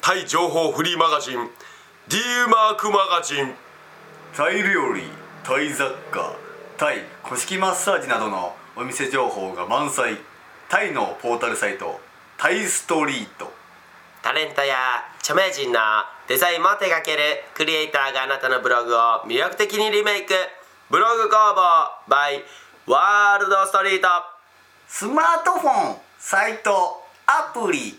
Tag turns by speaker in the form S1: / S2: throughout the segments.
S1: タイ情報フリーマガジン D マークマガジン
S2: タイ料理タイ雑貨タイ古式マッサージなどのお店情報が満載タイのポータルサイトタイストリート
S1: タレントや著名人のデザインも手掛けるクリエイターがあなたのブログを魅力的にリメイクブログ工房 by ワールドストリート
S2: スマートフォンサイトアプリ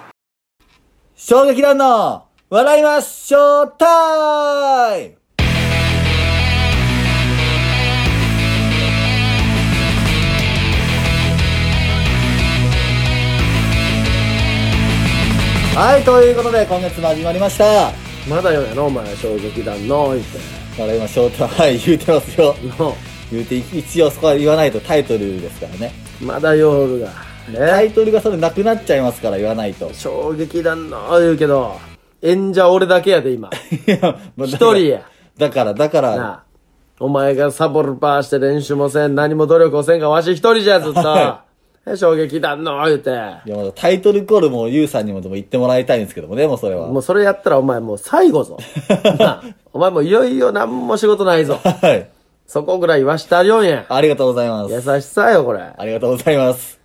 S3: 衝撃団の笑いましょうタイムはい、ということで今月も始まりました。
S4: まだよやろお前衝撃団の言って
S3: 笑いましょうタイム言うてますよ。
S4: の
S3: 言うて、一応そこは言わないとタイトルですからね。
S4: まだよるが
S3: タ
S4: ね
S3: イトルがそれなくなっちゃいますから言わないと。
S4: 衝撃団の言うけど演者俺だけや で今
S3: いやまあ
S4: 一人や
S3: だから、だから、だから
S4: なあお前がサボるパーして練習もせん何も努力をせんがわし一人じゃずっ と
S3: は
S4: え衝撃団の言うて
S3: いや、まだタイトルコールもユウさんにもでも言ってもらいたいんですけどもね、もうそれは。
S4: もうそれやったらお前もう最後 ぞなあお前もういよいよ何も仕事ないぞ
S3: はい。
S4: そこぐらい言わしてあるよ んや
S3: ありがとうございま
S4: 優
S3: す。
S4: しさよこれ
S3: ありがとうございます。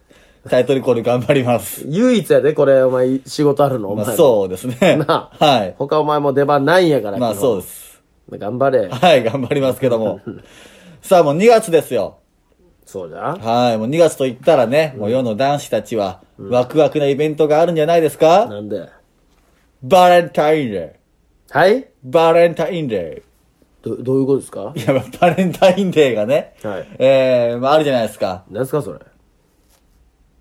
S3: タイトルコール頑張ります。
S4: 唯一やでこれお前仕事あるのお
S3: ま
S4: 前、
S3: あ、そうですね。
S4: な あ
S3: はい。
S4: 他お前も出番ないんやから
S3: まあ
S4: 基本
S3: そうです。
S4: 頑張れ
S3: はい、頑張りますけど も。さあ、もう2月ですよ。
S4: そうじゃ
S3: はい、もう2月と言ったらね、もう世の男子たちは、ワクワクなイベントがあるんじゃないですか
S4: なんで
S3: バレンタインデ
S4: はい
S3: ー。バレンタインデ
S4: どどういうことですか
S3: ー。いや、まあバレンタインデーがね、
S4: はい
S3: えー、まああるじゃないですか。
S4: 何すかそれ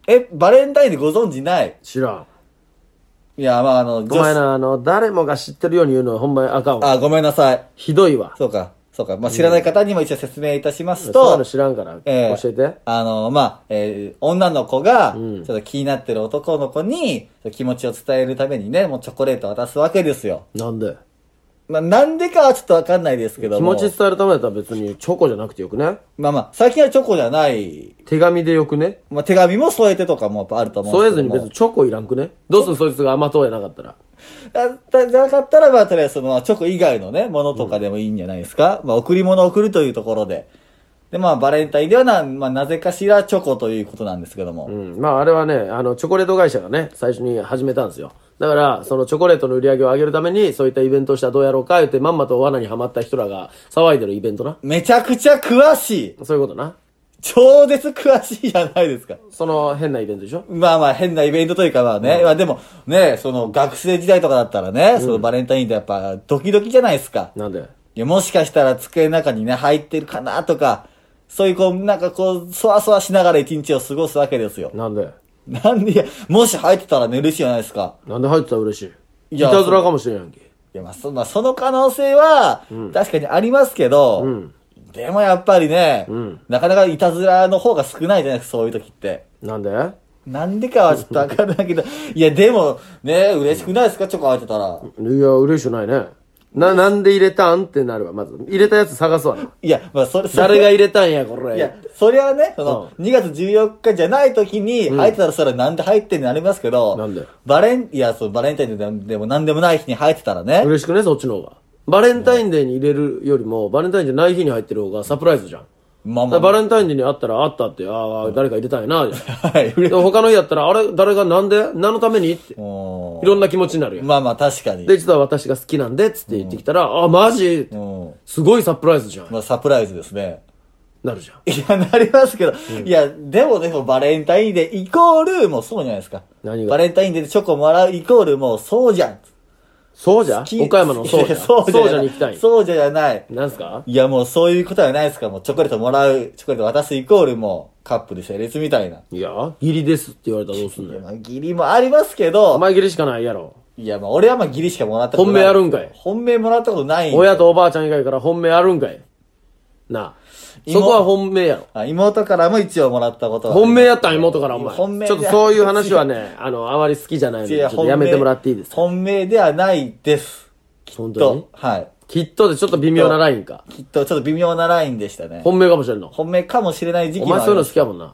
S3: え、バレンタインデーご存知ない
S4: 知らん
S3: いや、まあ、あの、
S4: お前なあの誰もが知ってるように言うのはほんまにあかんわ
S3: あ、ごめんなさい。
S4: ひどいわ
S3: そうか、そうか。まあ、知らない方にも一応説明いたします
S4: そういう
S3: と
S4: の、知らんから、
S3: えー
S4: 教えて
S3: あの、まあ、えー女の子が、ちょ
S4: ん
S3: っと気になってる男の子に、気持ちを伝えるためにね、もうチョコレートを渡すわけですよ。
S4: なんで
S3: まあ、なんでかはちょっとわかんないですけど
S4: 気
S3: も。
S4: 持ち伝えるためだったら別にチョコじゃなくてよくね
S3: まあまあ、最近はチョコじゃない、
S4: 手紙でよくね
S3: まあ、手紙も添えてとかもやっぱあると思うん
S4: 添
S3: で
S4: え
S3: す
S4: ず
S3: け
S4: に
S3: ど
S4: 別
S3: も。
S4: にチョコいらんくねどうするそいつが甘党やなかったら
S3: あだじゃなかったら、まあ、とりあえずその、まあチョコ以外のね、ものとかでもいいんじゃないですか。まあ、贈り物を贈るというところで。で、まあ、バレンタインではな、まあ、なぜかしらチョコということなんですけども。
S4: うん、まああれはね、あの、チョコレート会社がね、最初に始めたんですよ。だから、そのチョコレートの売り上げを上げるために、そういったイベントをしたらどうやろうか、言ってまんまと罠にはまった人らが騒いでるイベントな。
S3: めちゃくちゃ詳しい
S4: そういうことな。
S3: 超絶詳しいじゃないですか。
S4: その変なイベントでしょ
S3: まあまあ変なイベントというかまあね、まあでもね、その学生時代とかだったらね、そのバレンタインってやっぱドキドキじゃないですか。
S4: なんで
S3: いやもしかしたら机の中にね、入ってるかなとか、そういうこう、なんかこう、そわそわしながら一日を過ごすわけですよ。
S4: なんで
S3: なんで、いや、もし入ってたらね、嬉しいじゃないですか。
S4: なんで入ってたら嬉しい。
S3: い
S4: い
S3: や
S4: たずらかもしれんやんけ。
S3: いや、まあそ、まあ、その可能性は、確かにありますけど、
S4: うん
S3: でもやっぱりね、
S4: ん
S3: なかなかいたずらの方が少ないじゃないですか、そういう時って。
S4: なんで
S3: なんでかはちょっとわかんないけど、いや、でも、ね、嬉しくないですかチョコ入ってたら。
S4: いや、嬉しくないね。な、なんで入れたんってなるわ、まず。入れたやつ探すわな。
S3: いや、まあ、それ、
S4: 誰が
S3: い
S4: 入れたんや、これ。
S3: いや、それはね、その、2月14日じゃない時に、入ってたらそれはなんで入ってんのありますけど、
S4: なんで
S3: バレン、いや、そう、バレンタインでもでもなんでもない日に入ってたらね、
S4: 嬉しくねそっちの方がバレンタインデーに入れるよりもバレンタインじゃない日に入ってる方がサプライズじゃん
S3: まあま
S4: だ
S3: あ
S4: か
S3: ま
S4: らバレンタインデーに会ったら、あったって、ああ、誰か入れたいな、じ
S3: あ。
S4: ゃ
S3: はい。
S4: ん。でも他の日やったら、あれ、誰がなんで何のためにって、い
S3: も
S4: ろんな気持ちになるや。
S3: うんまあまあ、確かに。
S4: で、実は私が好きなんで、つって言ってきたら、あ、マジ
S3: うん。
S4: すごいサプライズじゃん。
S3: まあ、サプライズですね。
S4: なるじゃん。
S3: いや、なりますけど。いや、でもでもバレンタインデーイコール、もうそうじゃないですか。
S4: 何が
S3: バレンタインデーでチョコもらうイコール、もうそうじゃん。
S4: そうじゃん
S3: き
S4: 岡山のそうじゃん。
S3: いや
S4: そう じ
S3: そうじゃ
S4: ゃ
S3: なんい
S4: に行きたい。
S3: そうじゃない。
S4: なんすか
S3: いや、もうそういうことはないですか。もうチョコレートもらう、チョコレート渡すイコール、もうカップル成立みたいな。
S4: いや、義理ですって言われたらどうすんのよ。
S3: まあ、義理もありますけ
S4: お
S3: ど、
S4: 前義理しかないやろ。
S3: いや、まあ俺はまあ義理しかもらったことない。
S4: 本命あるんかい
S3: 本命もらったことない。
S4: 親とおばあちゃん以外から本命あるんかい。なあ。そ
S3: 妹
S4: こは本命やろ。
S3: あ妹からも一応もらったことはあります
S4: 本命やったん妹からお前。
S3: 本命
S4: ちょっとそういう話はね、 あの、あまり好きじゃないので、
S3: い
S4: ちょっとやめてもらっていいですか
S3: 本命ではないです。
S4: 本当に
S3: と、はい。
S4: きっとでちょっと微妙なラインか。
S3: きっとちょっと微妙なラインでしたね。
S4: 本命かもしれんの。
S3: 本命かもしれない時
S4: お
S3: 期もあ
S4: 前
S3: り
S4: そういう
S3: ま
S4: の
S3: す
S4: 好きやもんな。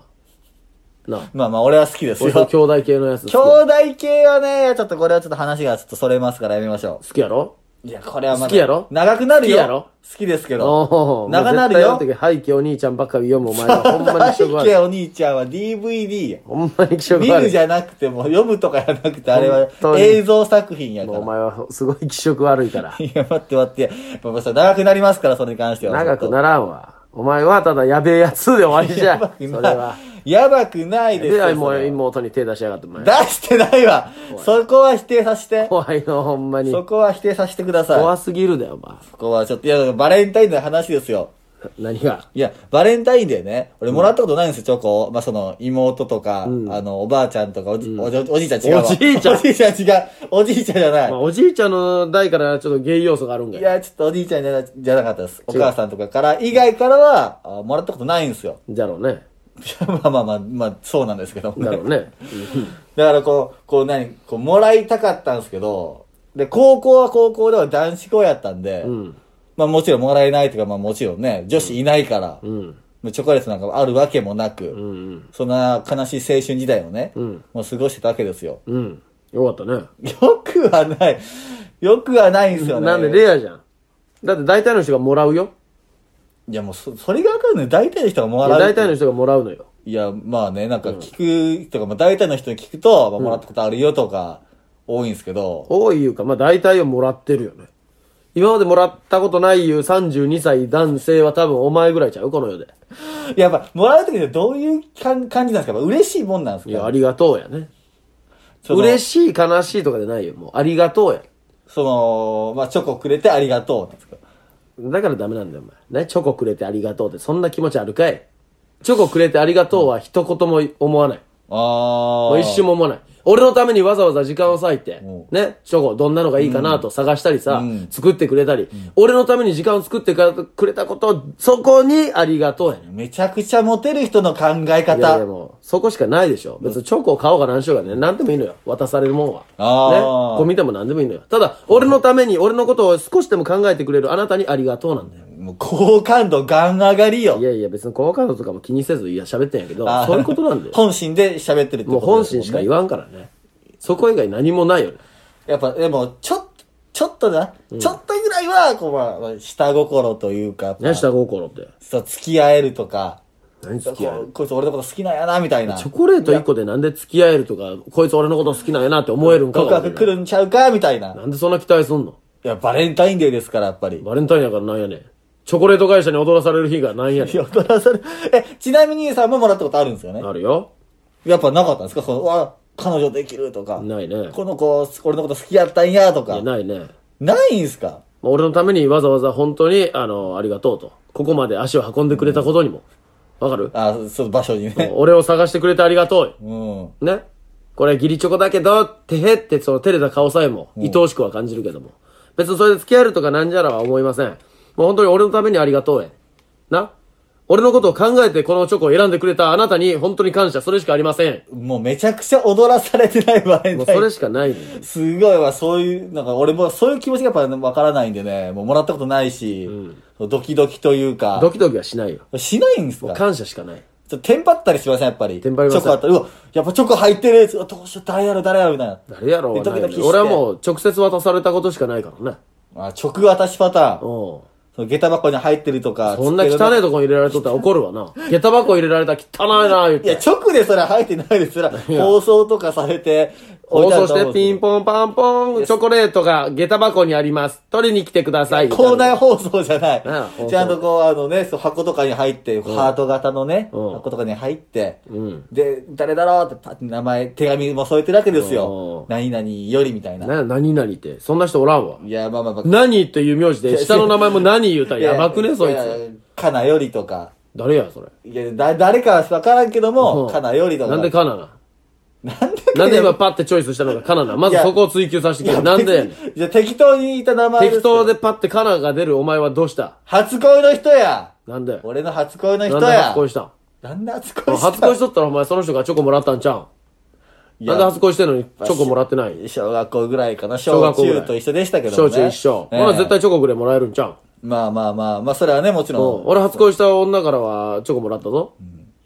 S4: なあ。
S3: まあまあ俺は好きです
S4: 俺そうい
S3: よ
S4: う。兄弟系のやつ好き
S3: 兄
S4: や。
S3: 弟系はね、ちょっとこれはちょっと話がちょっとそれますからやめましょ
S4: 好きやろ
S3: う。いや、これはまだ
S4: 好きやろ
S3: 長くなるよ。
S4: 好きやろ
S3: 好きですけ
S4: お
S3: ど
S4: お。。
S3: 長なる
S4: もう
S3: よ。
S4: 絶対あの時、背景お兄ちゃんばっかり読むお前はほんまに気
S3: 背
S4: 色悪い
S3: 景。お兄ちゃんは DVD や。
S4: ほんまに気色悪
S3: 見
S4: い。
S3: るじゃなくても、読むとかじゃなくて、あれは
S4: 本当に
S3: 映像作品やか
S4: もう
S3: ら。
S4: お前はすごい気色悪いから。
S3: いや、待って待って。もうさ、長くなりますから、それに関しては。
S4: 長くならんわ。お前はただやべえやつで終わりじゃ。それは。
S3: やばくないです
S4: で、
S3: よ。
S4: も
S3: それ
S4: う
S3: は
S4: 妹に手出しやがって、お前
S3: 出。してないわ。そこは否定させて。
S4: 怖いの、ほんまに。
S3: そこは否定させてください。
S4: 怖すぎるだよ、お
S3: そこはちょっと、いや、バレンタインデーの話ですよ。
S4: 前。何が。
S3: いや、バレンタインデーね、俺もらったことないんですよ、チョコを。まあ、その、妹とか、あの、おばあちゃんとか、おじ、おじおじいちゃん違うわ。
S4: おじいちゃん
S3: おじいちゃん違う。おじいちゃんじゃない
S4: まあ、。おじいちゃんの代からちょっとゲイ要素があるんか
S3: い
S4: い。
S3: や、ちょっとおじいちゃんじゃなじゃなかったです。お母さんとかから、以外からは、あもらったことないんですよ。
S4: だろうね。
S3: まあまあまあ、まあ、そうなんですけど。
S4: だろう ね。
S3: だからこう、こう何、こう、もらいたかったんですけど、で、高校は高校では男子校やったんで、
S4: うん。
S3: まあもちろんもらえないというか、まあもちろんね、女子いないから、
S4: うん。
S3: チョコレートなんかあるわけもなく、
S4: うん。
S3: そんな悲しい青春時代をね、
S4: ん
S3: もう過ごしてたわけですよ。
S4: うん。よかったね。
S3: よくはない。よくはないんですよね。
S4: なんでレアじゃん。だって大体の人がもらうよ。
S3: いやもうそ、それがわかるのよ。大体の人がもら
S4: いや
S3: う。
S4: 大体の人がもらうのよ。
S3: いや、まあね、なんか聞くとか、まあ大体の人に聞くと、まあ、もらったことあるよとか、多いんですけど、
S4: 多いいうか、まあ大体をもらってるよね。今までもらったことないいう32歳男性は多分お前ぐらいちゃうこの世で。
S3: やっぱ、もらうときってどういう感感じなんですかやっぱ嬉しいもんなんです
S4: いや、
S3: か
S4: ありがとうやね。嬉
S3: 嬉しい。
S4: しい、悲しいとかじゃないよ。もう、ありがとうや。
S3: その、まあ、チョコくれてありがとうなんですか
S4: だからダメなんだよ、お前。ね、チョコくれてありがとうって、そんな気持ちあるかいチョコくれてありがとうは一言も思わない。
S3: あ
S4: も
S3: あ。
S4: う一瞬
S3: も。
S4: も思わない。俺のためにわざわざ時間を割いて
S3: うん、
S4: ね、チョコ、どんなのがいいかなと探したりさ、
S3: うん
S4: 作ってくれたり、俺のために時間を作ってくれたこと、そこにありがとうやね。
S3: めちゃくちゃモテる人の考え
S4: いやいや
S3: 方。
S4: もう、そこしかないでしょ。別にチョコを買おうが何しようがね、何でもいいのよ。渡されるもんは。
S3: あー
S4: ね。こう見ても何でもいいのよ。ただ、俺のために、俺のことを少しでも考えてくれるあなたにありがとうなんだよ。
S3: もう好感度ガン上がりよ
S4: い。やいや、別に好感度とかも気にせず、いや、喋ってんやけど
S3: あ、ー
S4: そういうことなんだよ。
S3: 本心で喋ってるって
S4: も
S3: こ
S4: う
S3: と
S4: 本心しか言
S3: わ
S4: わんからね。そこ以外何もないよね。
S3: やっぱ、でも、ちょっと、ちょっとな、ちょっとぐらいは、こう、まあまあ、下心というか、
S4: 何下心って。
S3: そう、付き合えるとか、
S4: 何付き合え
S3: こ
S4: る
S3: こいつ俺のこと好きなんやな、みたいな。
S4: チョコレート1個でなんで付き合えるとか、こいつ俺のこと好きなんやなって思えるんかが
S3: 告白来るんちゃうか、みたいな。
S4: なんでそんな期待すんの
S3: いや、バレンタインデーですから、やっぱ り。
S4: バレンタインやからなんやねん。チョコレート会社に踊らされる日がなんやね
S3: いや
S4: ん。
S3: 踊らされる。え、ちなみにさんももらったことあるんですよね。
S4: あるよ。
S3: やっぱなかったんですかその、あ、彼女できるとか。
S4: ないね。
S3: この子、俺のこと好きやったんやと
S4: い
S3: か
S4: や、。ないね。
S3: ないんすか
S4: まあ俺のためにわざわざ本当に、あの、ありがとうと。ここまで足を運んでくれたことにも。わかる
S3: あ、その場所にね。
S4: 俺を探してくれてありがとう
S3: うん。
S4: よ。ね。これ、ギリチョコだけど、てへって、その照れた顔さえも、愛おしくは感じるけども。別にそれで付き合えるとかなんじゃらは思いません。もう本当に俺のためにありがとうへ。な。俺のことを考えてこのチョコを選んでくれたあなたに本当に感謝、それしかありません。
S3: もうめちゃくちゃ踊らされてないバレ
S4: も
S3: ン
S4: うそ
S3: タイ
S4: れ
S3: ン。
S4: し かないのよ
S3: すごいわ、そういう、なんか俺もそういう気持ちがやっぱわからないんでね、もうもらったことないし、ドキドキというか、
S4: ドキドキはしないよ。
S3: しないんですか
S4: 感謝しかない。
S3: ちょっとテンパったりしません、やっぱり。
S4: テンパりません
S3: チョコあったら、うわ、やっぱチョコ入ってるやつ、うわどうしよう、誰やろ、誰やろ、みたいな。
S4: 誰やろうは
S3: で
S4: ない
S3: ド
S4: よ
S3: キドキ
S4: ね
S3: して
S4: 俺はもう直接渡されたことしかないからね。
S3: あ、直渡しパターン。
S4: う
S3: その下駄箱に入ってるとか。
S4: そんな汚いとこに入れられとったら怒る わな。下駄箱入れられたら汚いな、言っ
S3: いや、
S4: て。
S3: 直でそれ入ってないですら、
S4: や
S3: 放送とかされて、
S4: 放送してピン
S3: ポ
S4: ポンパンポン、チョコレートが下駄箱にあります。取りに来てください。
S3: 校内放送じゃない
S4: なあ放。送
S3: ちゃんとこう、あのね、そう箱とかに入って、ハート型のね、
S4: うん
S3: 箱とかに入って、
S4: うん。
S3: で、誰だろうってパッて名前、手紙も添えてるわけですよ。
S4: う
S3: 何々よりみたいな。
S4: な、何々って。そんな人おらんわ。
S3: いや、まあまあまあ。
S4: 何っていう名字
S3: い
S4: で、
S3: や
S4: 下の名前も何言うたらやばくね、そい
S3: やや
S4: つ。。
S3: かなよりとか。
S4: 誰や、それ。
S3: いや、だ、誰かはわからんけども、
S4: うん
S3: かなよりとか。
S4: なんでカナな
S3: なんで
S4: なんで今パッてチョイスしたのがカナなまずそこを追求させてくれ。なんでやねん。
S3: じゃ適当に言った名前す
S4: 適当でパッてカナが出るお前はどうした
S3: 初恋の人や
S4: なんで
S3: 俺の初恋の
S4: な
S3: 人
S4: んで
S3: や
S4: 初恋したん
S3: なんで初恋した
S4: 初恋しとったらお前その人がチョコもらったんちゃう
S3: い
S4: んな
S3: や
S4: んで初恋してんのにチョコもらってない
S3: 小学校ぐらいかな。
S4: 小
S3: 小
S4: 学校ぐらい
S3: 中と一緒でしたけども
S4: 小
S3: ね。
S4: 中一緒。
S3: ええ
S4: ほら絶対チョコくれもらえるんちゃうん
S3: まあまあまあ、まあそれはね、もちろん。
S4: 俺初恋した女からはチョコもらったぞ。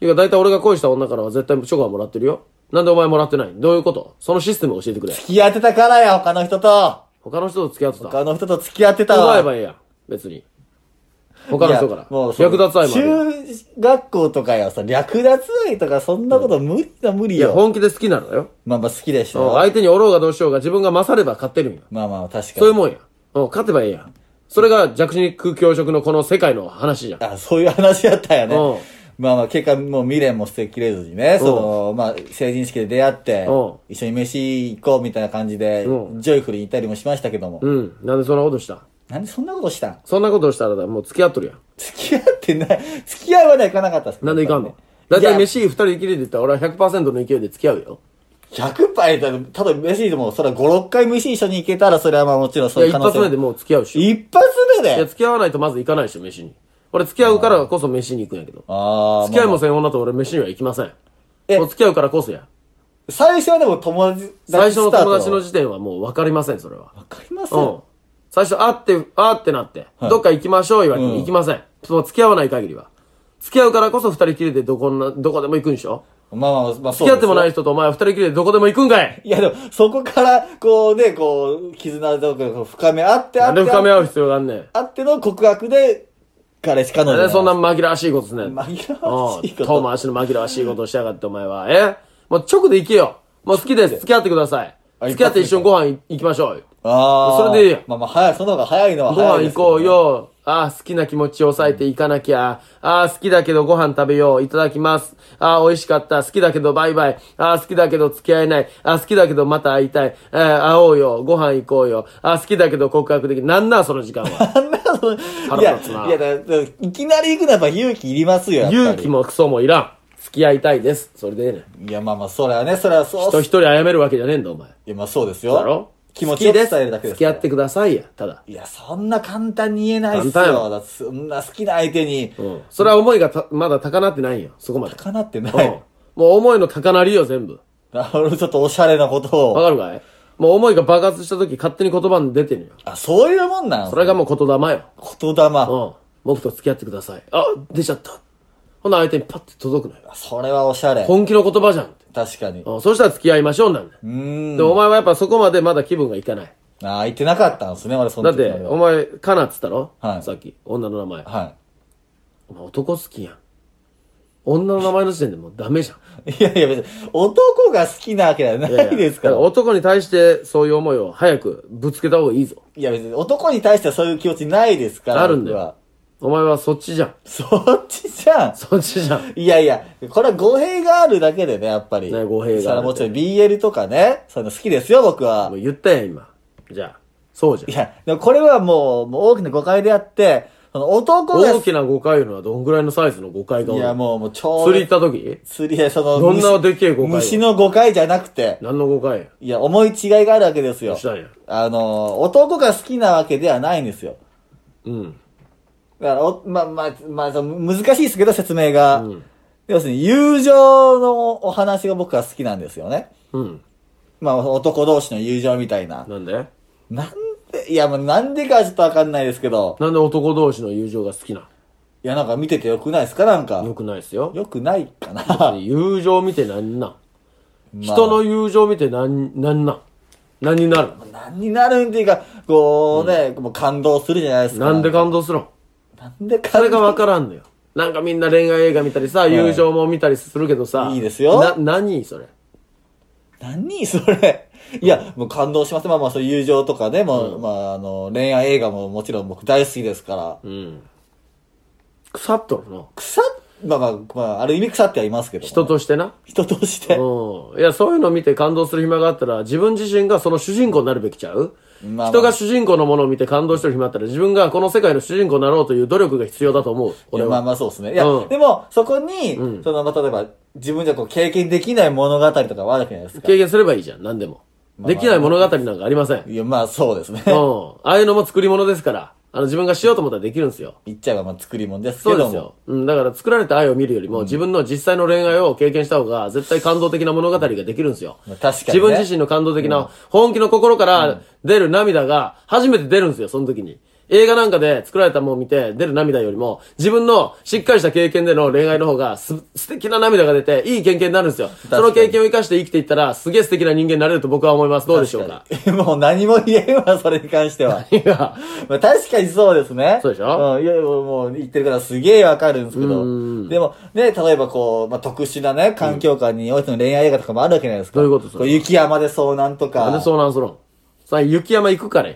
S4: いや、大体俺が恋した女からは絶対チョコはもらってるよ。なんでお前もらってないどういうことそのシステムを教えてくれ。
S3: 付き合ってたからや、他の人と。
S4: 他の人と付き合ってた。
S3: 他の人と付き合ってたわ。
S4: 奪えばいいやん。別に。他の人
S3: い
S4: から
S3: や。もうその
S4: 略奪愛もあるよ。
S3: 中学校とかよ、さ、略奪愛とかそんなこと無理だ無理
S4: いや、
S3: よ。
S4: 本気で好きなのよ。
S3: まあまあ好きでした
S4: うん
S3: よ。
S4: 相手におろうがどうしようが自分が勝れば勝ってるんよ。
S3: まあまあ確かに。
S4: そういうもんや。うん、勝てばいいやん。それが弱肉強食のこの世界の話じゃん。
S3: あ、そういう話やったんやね
S4: うん。
S3: まあまあ結果もう未練も捨てきれずにね、その、まあ成人式で出会って
S4: うん、
S3: 一緒に飯行こうみたいな感じで、ジ
S4: う
S3: ョイフルに行ったりもしましたけども。
S4: うん。なんでそんなことした
S3: なんでそんなことしたん
S4: そんなことしたらだもう付き合っとるやん。
S3: 付き合ってない、付き合いはね、行かなかったっす
S4: なんでいかんのだいたい飯二人きりで言ったら俺は100%の勢いで付き合うよ。
S3: 100杯だと、ただ飯でも、それは5、6回飯一緒に行けたら、それはまあもちろん
S4: い
S3: そう
S4: や、
S3: いう
S4: 一
S3: 可能
S4: 発
S3: 性
S4: 目でもう付き合うっしょ。い
S3: 一発目で
S4: や、付き合わないとまず行かないでしょ、飯に。俺付き合うからこそ飯に行くんやけど。
S3: ああ、
S4: 付き合い
S3: まあ
S4: もせん女と俺飯には行きません。
S3: え
S4: もう付き合うからこそや。
S3: 最初はでも友達、
S4: 最初の友達の
S3: ス
S4: 時点はもう分かりません、それは。
S3: タートわかります
S4: うん。最初、あって、あってなって、
S3: い
S4: どっか行きましょう言われても
S3: うん
S4: 行きません。その付き合わない限りは。付き合うからこそ二人きりでどこな、どこでも行くんでしょ
S3: まあまあまあ、。
S4: 付き合ってもないい人とお前は二人きりでどこでも行くんかい
S3: いやでも、そこから、こうね、こう、絆とかこう深め合って、あ
S4: な
S3: っ
S4: ん
S3: て、
S4: で深め
S3: あ
S4: 合
S3: っ
S4: う必要があんねん。
S3: てあっての告白で、彼氏彼女
S4: なんでそんな
S3: 紛
S4: 紛らわしいことすんねん。
S3: らわしいこ
S4: うん遠
S3: と。
S4: 回しの紛らわしいことをしやがってお前は。えもう直で行けよ。もう好きです。付き合ってください。
S3: あ
S4: 付き合って一緒にご飯行きましょうよ。
S3: ああ。
S4: それでいいや
S3: まあまあ、早い、その方が早いのは
S4: ご
S3: 早い
S4: 飯
S3: で
S4: 行
S3: すけど
S4: こう。よ。あー好きな気持ちを抑えていかなきゃ。あー好きだけどご飯食べよう。いただきます。あー美味しかった。好きだけどバイバイ。あー好きだけど付き合えない。あー好きだけどまた会いたい。えー、会おうよ。ご飯行こうよ。あー好きだけど告白できる。なんなんその時 間は。
S3: あん なの、い
S4: 腹
S3: や、
S4: 立つない
S3: やだから、いきなり行くのはやっぱ勇気いりますよ、やっぱり
S4: 勇気もクソもいらん。付き合いたいです。それでええねん。
S3: いや、まあまあ、それはね、それはそう。
S4: 人一人謝るわけじゃねえんだ、お前。
S3: いや、まあそうですよ。
S4: だろ
S3: 気持ちを伝えるだけです。
S4: 付き合って。くださいや。ただ。
S3: いや、そんな簡単に言えないっす
S4: 簡単や
S3: よ。
S4: ろ
S3: だってそんな好きな相手に、
S4: うん。それは思いがたまだ高鳴ってないんよ。そこまで。
S3: かなってな
S4: う ん
S3: い。。
S4: もう思いの高鳴りよ、全部。
S3: なるほど、ちょっとおしゃれなこと
S4: わ
S3: を。
S4: かるかいもう思いが爆発した時勝手に言葉に出てるよ。
S3: あ、そういうもんなん
S4: それがもう言霊よ。
S3: 言霊。
S4: うん。僕と付き合ってください。あ、出ちゃった。ほな相手にパッて届くのよ。
S3: それはおしゃれ。
S4: 本気の言葉じゃんって。
S3: 確かに。う
S4: うん。そしたら付き合いましょうなんだよ。
S3: ーん。
S4: でもお前はやっぱそこまでまだ気分がいかない。
S3: あ、言ってなかったんですね、俺そ
S4: だ
S3: の
S4: っ
S3: 時
S4: て、お前、カナっつったろ
S3: はい
S4: さっき、女の名前。
S3: は
S4: お前男好きやん。女の名前の時点でもうダメじゃん。
S3: い。いやいや、別に、男が好きなわけではないですから。
S4: だ男に対してそういう思いを早くぶつけた方がいいぞ。
S3: いや、別に、男に対してはそういう気持ちないですから。
S4: あるんだよ
S3: 僕は。
S4: お前はそっちじゃん。
S3: そっちじゃん。
S4: そっちじゃん。
S3: いやいや、これは語弊があるだけでね、やっぱり。
S4: ね語弊がある
S3: それはもちろん BL とかね、そういうの好きですよ、僕は
S4: もう。言ったやん、今。じゃあ、そうじ
S3: い
S4: ゃん。
S3: や、でもこれはもう、もう大きな誤解であって、その男が、
S4: 大きな誤解いうのはどんぐらいのサイズの誤解が
S3: い
S4: 多い
S3: や、もう、もう超、
S4: 釣り行った時
S3: 釣りで、その、
S4: どんなでけえ誤解よ
S3: 虫の誤解じゃなくて、
S4: 何の誤解や
S3: いや、思い違いがあるわけですよ
S4: し。たんや。
S3: あの、男が好きなわけではないんですよ。
S4: うん。
S3: だから、おま、ま、ま、その難しいですけど、説明が。要するに、友情のお話が僕は好きなんですよね。
S4: うん。
S3: まあ、男同士の友情みたいな。
S4: なんで
S3: なんで、いや、もうなんでかはちょっとわかんないですけど、
S4: なんで男同士の友情が好きない
S3: や、なんか見ててよくないですかなんか
S4: の。よくないっすよ。
S3: よくないかな。
S4: 友情見て何なん、人の友情見て何、何なん何になる
S3: 何になるんっていうか、こうね、もう感動するじゃないですか。
S4: なんで感動するん
S3: なんで
S4: それが分
S3: る。
S4: からんのよ。なんかみんな恋愛映画見たりさ、友情も見たりするけどさ。
S3: いいですよ
S4: な、何それ。
S3: 何それ。いや、もう感動します。まあまあ、そういう友情とかね、もう、まあ、あの、恋愛映画ももちろん僕大好きですから。
S4: うん。腐っとるな。
S3: 腐っ、まあまあ、まあ、ある意味腐ってはいますけど、
S4: 人。としてな。
S3: 人として。
S4: うん。いや、そういうの見て感動する暇があったら、自分自身がその主人公になるべきちゃう、
S3: まあまあ
S4: 人が主人公のものを見て感動してる暇あったら、自分がこの世界の主人公になろうという努力が必要だと思う。俺は。
S3: まあまあそうですね。いや、
S4: うん
S3: でも、そこに、
S4: うん
S3: その、まあ、例えば、自分じゃこう経験できない物語とかはあるわけじゃないですか。
S4: 経験すればいいじゃん、何でも。
S3: あまあ
S4: できない物語なんかありません。うん。
S3: いや、まあそうですね。
S4: ああいうのも作り物ですから、あの自分がしようと思ったらできるんですよ。
S3: 言っちゃえば、まあ作り物ですけ
S4: そうで
S3: ど
S4: す
S3: も
S4: よ。。うん、だから作られた愛を見るよりも、自分の実際の恋愛を経験した方が、絶対感動的な物語ができるんですよ。
S3: まあ確かにね
S4: 自分自身の感動的な、本気の心から出る涙が、初めて出るんですよ、その時に。映画なんかで作られたものを見て出る涙よりも、自分のしっかりした経験での恋愛の方がす、素敵な涙が出て、いい経験になるんですよ。
S3: か
S4: そ
S3: に
S4: の経験を生かして生きていったら、すげえ素敵な人間になれると僕は思います。どうでしょうか。
S3: もう何も言えんわ、それに関しては。
S4: いや、
S3: まあ確かにそうですね。
S4: そうでしょ
S3: うん、いや、もうもう言ってるからすげえわかるんですけど。
S4: うん
S3: でも、ね、例えばこう、まあ特殊なね、環境下においての恋愛映画とかもあるわけじゃないですか。
S4: どういうことそれ
S3: こう雪山で遭難とか。
S4: なんでそうなんすろん。さあ、雪山行くからや。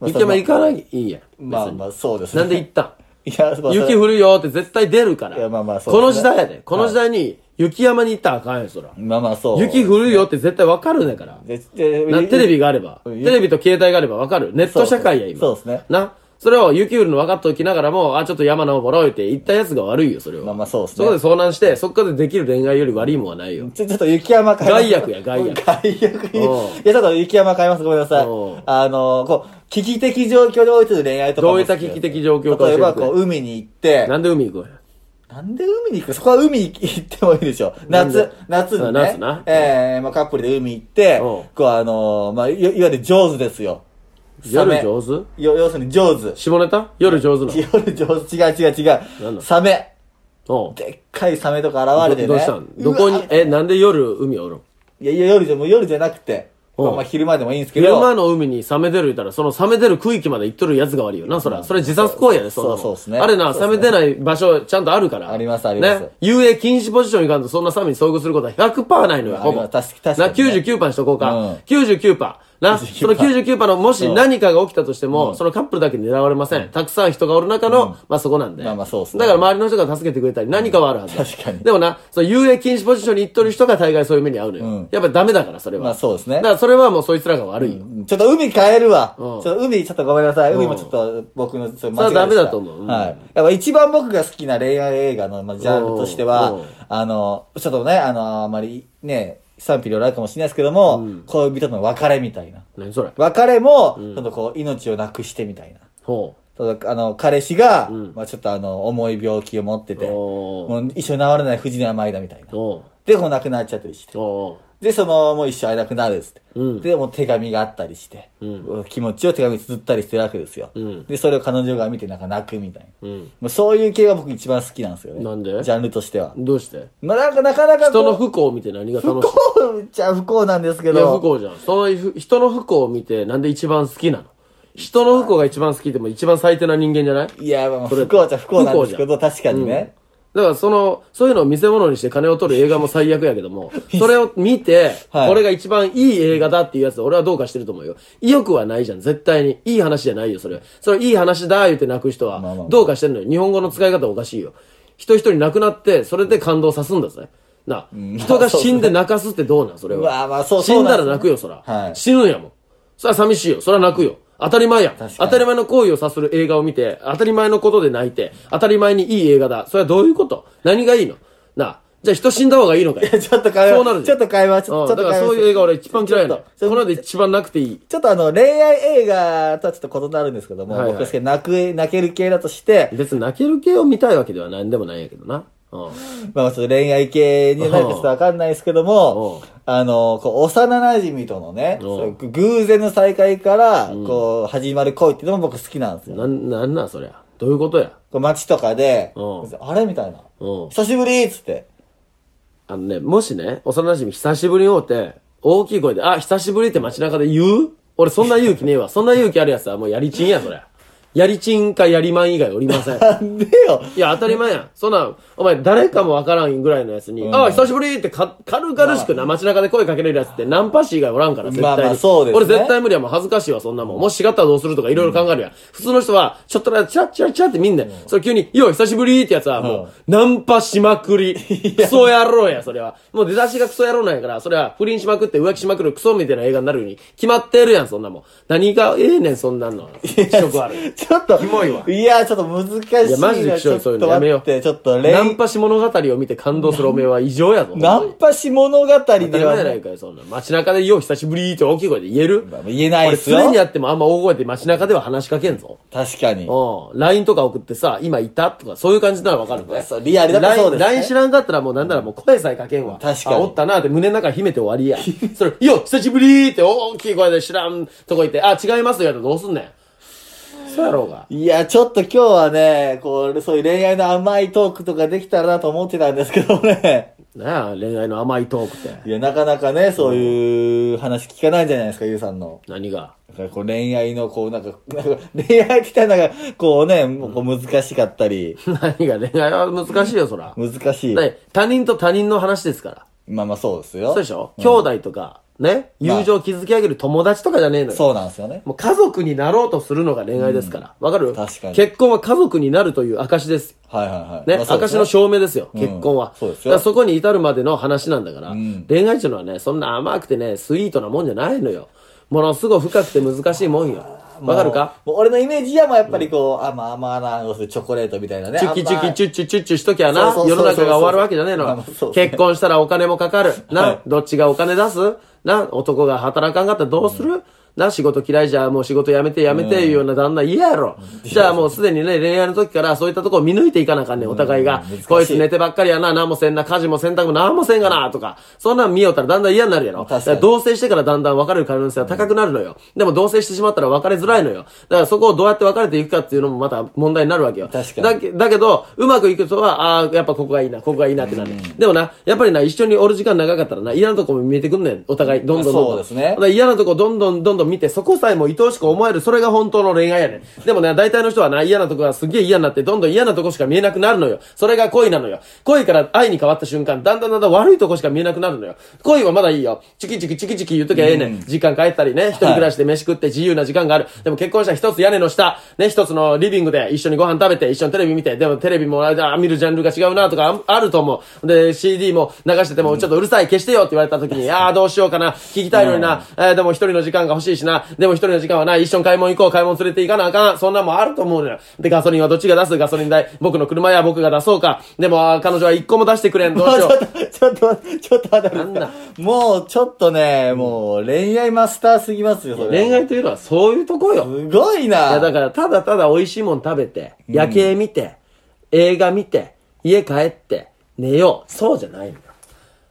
S3: まあ
S4: 雪山行かない、いいや。
S3: まあ
S4: 別に
S3: まあそうですね。
S4: なんで行ったん
S3: いや、まあ、
S4: 雪降るよって絶対出るから。
S3: いやまあまあそう
S4: この
S3: です
S4: 時
S3: ね
S4: 代やで。この時代に雪山に行ったらあかんよ、そら。
S3: まあまあそう。
S4: 雪降るよって絶対わかるねから。
S3: でで
S4: な、テレビがあれば。
S3: う
S4: テ
S3: ん
S4: レビと携帯があればわかる。ネット社会や、今。
S3: そうですね
S4: な。それを雪降るの分かっておきながらも、あ、ちょっと山登ろうって言ったやつが悪いよ、それは。
S3: まあまあそうです
S4: そ
S3: ね
S4: こで遭難して、そこでできる恋愛より悪いもんはないよ。
S3: ちょ、ちょっと雪山買い
S4: 害悪や害悪
S3: 害悪に。いや、ち
S4: おう
S3: ょっと雪山買います。ごめんなさい
S4: おう。
S3: あの、こう、危機的状況においての恋愛とかも
S4: どういった危機的状況か教え
S3: 例
S4: て
S3: え
S4: くれ
S3: ば、こう、海に行って、
S4: なんで海行こうや。
S3: なんで海に行くそこは海に行ってもいいでしょ。
S4: なんで
S3: 夏、夏にね。
S4: あ夏な
S3: ええまあカップルで海行って、
S4: おう
S3: こうあのーまあ、いわいわゆる上手ですよ。サメ
S4: 夜上
S3: よ、要するに上手
S4: 手。下ネタ夜上手なの。
S3: 夜上手、違う違う違
S4: なんだ
S3: う。サメ。
S4: おう
S3: でっかいサメとか現れてね。
S4: どどうしたんどこ
S3: うわ
S4: に、え、なんで夜海おるん
S3: いや、いや夜じゃ、もう夜じゃなくて、
S4: おう
S3: まあまあ昼間でもいいんですけど。
S4: 昼間の海にサメ出る言ったら、そのサメ出る区域まで行っとるやつが悪いよな、そら。それ自殺行為やで、
S3: そ
S4: そう
S3: そうそうっすね
S4: あれな、
S3: そうっ
S4: サ
S3: すね
S4: メ出ない場所ちゃんとあるから。
S3: ありますあります
S4: ね。遊泳禁止ポジションに行かんと、そんなサメに遭遇することは100%ないのよ、
S3: あ
S4: ほぼ。
S3: まあ確か確かにね
S4: な、99%パーにしとこうか。
S3: うん
S4: 99%パー。な、その99%パーの、もし何かが起きたとしても、そのカップルだけ狙われません。たくさん人がおる中の、まあそこなんで。
S3: まあまあそうっすね
S4: だから周りの人が助けてくれたり、何かはあるはずだ。
S3: 確かに
S4: でもな、その遊泳禁止ポジションに行っとる人が大概そういう目に遭うのよ。
S3: うん
S4: やっぱダメだから、それは。
S3: まあそうですね
S4: だからそれはもうそいつらが悪い
S3: う
S4: よ。
S3: んちょっと海変えるわ。ち
S4: う
S3: ょ
S4: ん
S3: っと海、ちょっとごめんなさい。
S4: うん
S3: 海もちょっと僕の、それ
S4: それはダメだと思ううん
S3: はい。やっぱ一番僕が好きな恋愛映画の、まあ、ジャンルとして
S4: おうお
S3: は
S4: う、
S3: あの、ちょっとね、あの、あまりね、賛否両論あるかもしれないですけども、恋人との別れみたいな。
S4: 何それ。
S3: 別れも、ちょっとこう、命をなくしてみたいな。
S4: ほ
S3: ちょっとあの、彼氏が、
S4: ん
S3: まあちょっとあの、重い病気を持って
S4: う。
S3: て、も
S4: おー
S3: う一緒に治らない藤山愛だみたいな。
S4: おー
S3: で、こう亡くなっちゃったりして。
S4: お
S3: で、その、もう一生会えなくなるっつって。
S4: うん
S3: で、もう手紙があったりして、気持ちを手紙に綴ったりしてるわけですよ。
S4: ん
S3: で、それを彼女が見てなんか泣くみたいな。
S4: ーうん。
S3: もうそういう系が僕一番好きなんですよね。
S4: なんで
S3: ジャンルとしては。
S4: どうして
S3: まあなんかなかなかこう
S4: 人の不幸を見て何が楽しい
S3: 不幸じゃ不幸なんですけ
S4: いや、不
S3: ど。
S4: 幸じゃん。そのふ人の不幸を見てなんで一番好きなの人の不幸が一番好きでも一番最低な人間じゃない
S3: いや、まあまあ
S4: それ
S3: 不幸じゃ不幸なんですけ
S4: 不
S3: ど、確かにね。
S4: だからその、そういうのを見せ物にして金を取る映画も最悪やけ ども、それを見て、
S3: はい
S4: これが一番いい映画だっていうやつ、俺はどうかしてると思うよ。意欲はないじゃん、絶対に。いい話じゃないよ、それ。それいい話だ、言って泣く人
S3: まあまあ
S4: は、どうかしてんのよ。日本語の使い方おかしいよ。人一人亡くなって、それで感動さすんだぜ。な、人が死んで泣かすってどうなん、それは。
S3: うわまあそう
S4: 死んだ
S3: そ
S4: ら
S3: うなんですね
S4: 泣くよ、そら。
S3: はい
S4: 死ぬんやもん。それは寂しいよ。それは泣くよ。当たり前やん。
S3: かに
S4: 当たり前の行為を察する映画を見て、当たり前のことで泣いて、当たり前にいい映画だ。それはどういうこと何がいいのなあ。じゃあ人死んだ方がいいのかい
S3: ちょっと会話、
S4: そうなるじ
S3: ち
S4: ゃ
S3: ょ
S4: ん
S3: っと会話、ち
S4: う
S3: ょ
S4: ん
S3: ちょっと
S4: だから
S3: 会話
S4: そういう映画俺一番嫌いや
S3: ち
S4: の
S3: ょっ
S4: こと
S3: ちょっと
S4: の世で一番なくていい。
S3: ちょっとあの、恋愛映画とはちょっと異なるんですけども、
S4: はいはい
S3: 僕ですけど、泣く、泣ける系だとして、
S4: 別に泣ける系を見たいわけでは何でもないんやけどな。うん。
S3: まあ、ちょっと恋愛系になるかちょっとわかんないですけども
S4: うん、
S3: あの、こう、幼馴染とのね、
S4: うん
S3: そう偶然の再会から、こう、始まる恋っていうのも僕好きなんですよ。
S4: なん、なんなんそりゃ。どういうことや。
S3: こう街とかで
S4: うん、
S3: あれみたいな。
S4: うん。
S3: 久しぶりっつって。
S4: あのね、もしね、幼馴染久しぶりに会うて、大きい声で、あ、久しぶりって街中で言う俺そんな勇気ねえわ。そんな勇気あるやつはもうやりちんや、それ。やりちんかやりまん以外おりません。
S3: なんでよ。
S4: いや、当たり前やん。そんなん、お前、誰かもわからんぐらいのやつに、ああ、久しぶりってか、軽々しくな、街中で声かけれるやつって、ナンパ師以外おらんから、絶対に。
S3: まあまあそうですね
S4: 俺絶対無理やもん、恥ずかしいわ、そんなもん。もし違ったらどうするとか、いろいろ考えるやん。普通の人は、ちょっとだけ、チラッチラッチラッってみんな、それ急に、よう、久しぶりってやつは、もう、ナンパしま くり。クソ野郎や、それは。もう出だしがクソ野郎なんやから、それは、不倫しまくって浮気しまくるクソみたいな映画になるに、決まってるやん、そんなもん。何が、ええねん、そんなんの。職ある。
S3: ちょっと、
S4: モいわ
S3: いや、ちょっと難しいな。
S4: いや、マジで気
S3: ち
S4: ょ
S3: ょ
S4: い
S3: っ
S4: そうい
S3: と
S4: うのやめ
S3: 待
S4: よ
S3: って、
S4: う。
S3: ちょっと、
S4: ナン
S3: 恋
S4: パし物語を見て感動するおめえは異常やぞ。
S3: ナンパし物語
S4: 当た
S3: で
S4: り前やな
S3: は、
S4: いかよ、そんな。街中でよう久しぶりって大きい声で言える
S3: まあ言えないっすよ
S4: 俺常にやってもあんま大声で街中では話しかけんぞ。
S3: 確かに。
S4: うん。LINE とか送ってさ、今いたとか、そういう感じならわかるね。
S3: そうリアルだとそうですね
S4: LINE 知らんかったらもうなんならもう声さえかけんわ。
S3: 確かに
S4: あおったなって胸の中に秘めて終わりや。 それ、いいよ、久しぶりって大きい声で知らんとこ行って、あ、違いますよ、どうすんねん。そうやろ うが。
S3: いや、ちょっと今日はね、こう、そういう恋愛の甘いトークとかできたらなと思ってたんですけどね。
S4: なあ、恋愛の甘いトークって。
S3: いや、なかなかね、そういう話聞かないんじゃないですか、ゆうさんの。
S4: 何が。
S3: だからこう恋愛の、こう、なんか、なんか恋愛って言ったらなんか、こうね、もうこう難しかったり、
S4: 何が恋愛は難しいよ、そら。
S3: 難しい
S4: だ。って他人と他人の話ですから。
S3: まあまあそうですよ。
S4: そうでしょ、兄弟とか、ね、
S3: まあ
S4: 友情を築き上げる友達とかじゃねえのよ。
S3: そうなんですよね。
S4: もう家族になろうとするのが恋愛ですから。わ、かる
S3: 確かに
S4: 結婚は家族になるという証です。
S3: はいはいはい。
S4: ね、
S3: まあそうで
S4: 証
S3: す
S4: の証明ですよ、
S3: うん
S4: 結婚は。
S3: そうです
S4: だ
S3: よ
S4: からそこに至るまでの話なんだから、
S3: ん
S4: 恋愛っていうのはね、そんな甘くてね、スイートなもんじゃないのよ。ものすごい深くて難しいもんよ。わかるか
S3: もうもう俺のイメージはもうやっぱりこう、甘々な、要するにチョコレートみたいなね。
S4: チュキチュ
S3: 甘
S4: キ
S3: い
S4: チュッチュチュッチュしときゃな。
S3: そう
S4: 世
S3: そうそうそ
S4: の
S3: う
S4: 中が終わるわけじゃねえ
S3: まあ
S4: の
S3: まあそう。
S4: 結婚したらお金もかかる。
S3: は。
S4: ないどっちがお金出すな。男が働かんかったらどうするな、仕事嫌いじゃ、もう仕事辞めて辞めて、いうような旦那嫌やろ。じゃあもうすでにね、恋愛の時からそういったとこを見抜いていかなあかんねん、お互いが
S3: うん難しい。
S4: こいつ寝てばっかりやな、何もせんな、家事も洗濯も何もせんがな、とか。そんなん見よったらだんだん嫌になるやろ。
S3: 確かに
S4: だら同棲してからだんだん別れる可能性は高くなるのよ。でも同棲してしまったら別れづらいのよ。だからそこをどうやって別れていくかっていうのもまた問題になるわけよ。
S3: 確かに
S4: だけだけど、うまくいくとは、ああ、やっぱここがいいな、ここがいいなってなる、でもな、やっぱりな、一緒におる時間長かったらな、嫌なとこも見えてくんねん。お互い、どんどんどんどん。
S3: そうですね
S4: だから嫌なとこどんどんどんどん見て、そこさえも愛おしく思える、それが本当の恋愛やねん。でもね、大体の人はな、嫌なとこがすげえ嫌になって、どんどん嫌なとこしか見えなくなるのよ。それが恋なのよ。恋から愛に変わった瞬間、だんだんだんだん悪いとこしか見えなくなるのよ。恋はまだいいよ。チキチキチキチキ言うときゃええねん。時間帰ったりね、一人暮らしで飯食って自由な時間がある。でも結婚したら一つ屋根の下、ね、一つのリビングで一緒にご飯食べて、一緒にテレビ見て、でもテレビもあ見るジャンルが違うなとかああると思う。で、CD も流してても、ちょっとうるさい、消してよって言われた時 に、ああ、どうしようかな、聞きたいのにな、えーでも一人の時間が欲しいしな、でも一人の時間はない、一緒に買い物行こう、買い物連れて行かなあかん、そんなんもあると思うのよ。で、ガソリンはどっちが出すガソリン代、僕の車や僕が出そうか。でも、あー彼女は一個も出してくれん、どうしよう。
S3: ちょっと待って、ちょっと待って、ちょっと
S4: なんだ
S3: 待って。もうちょっとね、もう恋愛マスターすぎますよ、それ。
S4: 恋愛というのはそういうとこよ。
S3: すごいな。
S4: いや、だから、ただただ美味しいもん食べて、夜景見て、映画見て、家帰って、寝よう。そうじゃないんだよ。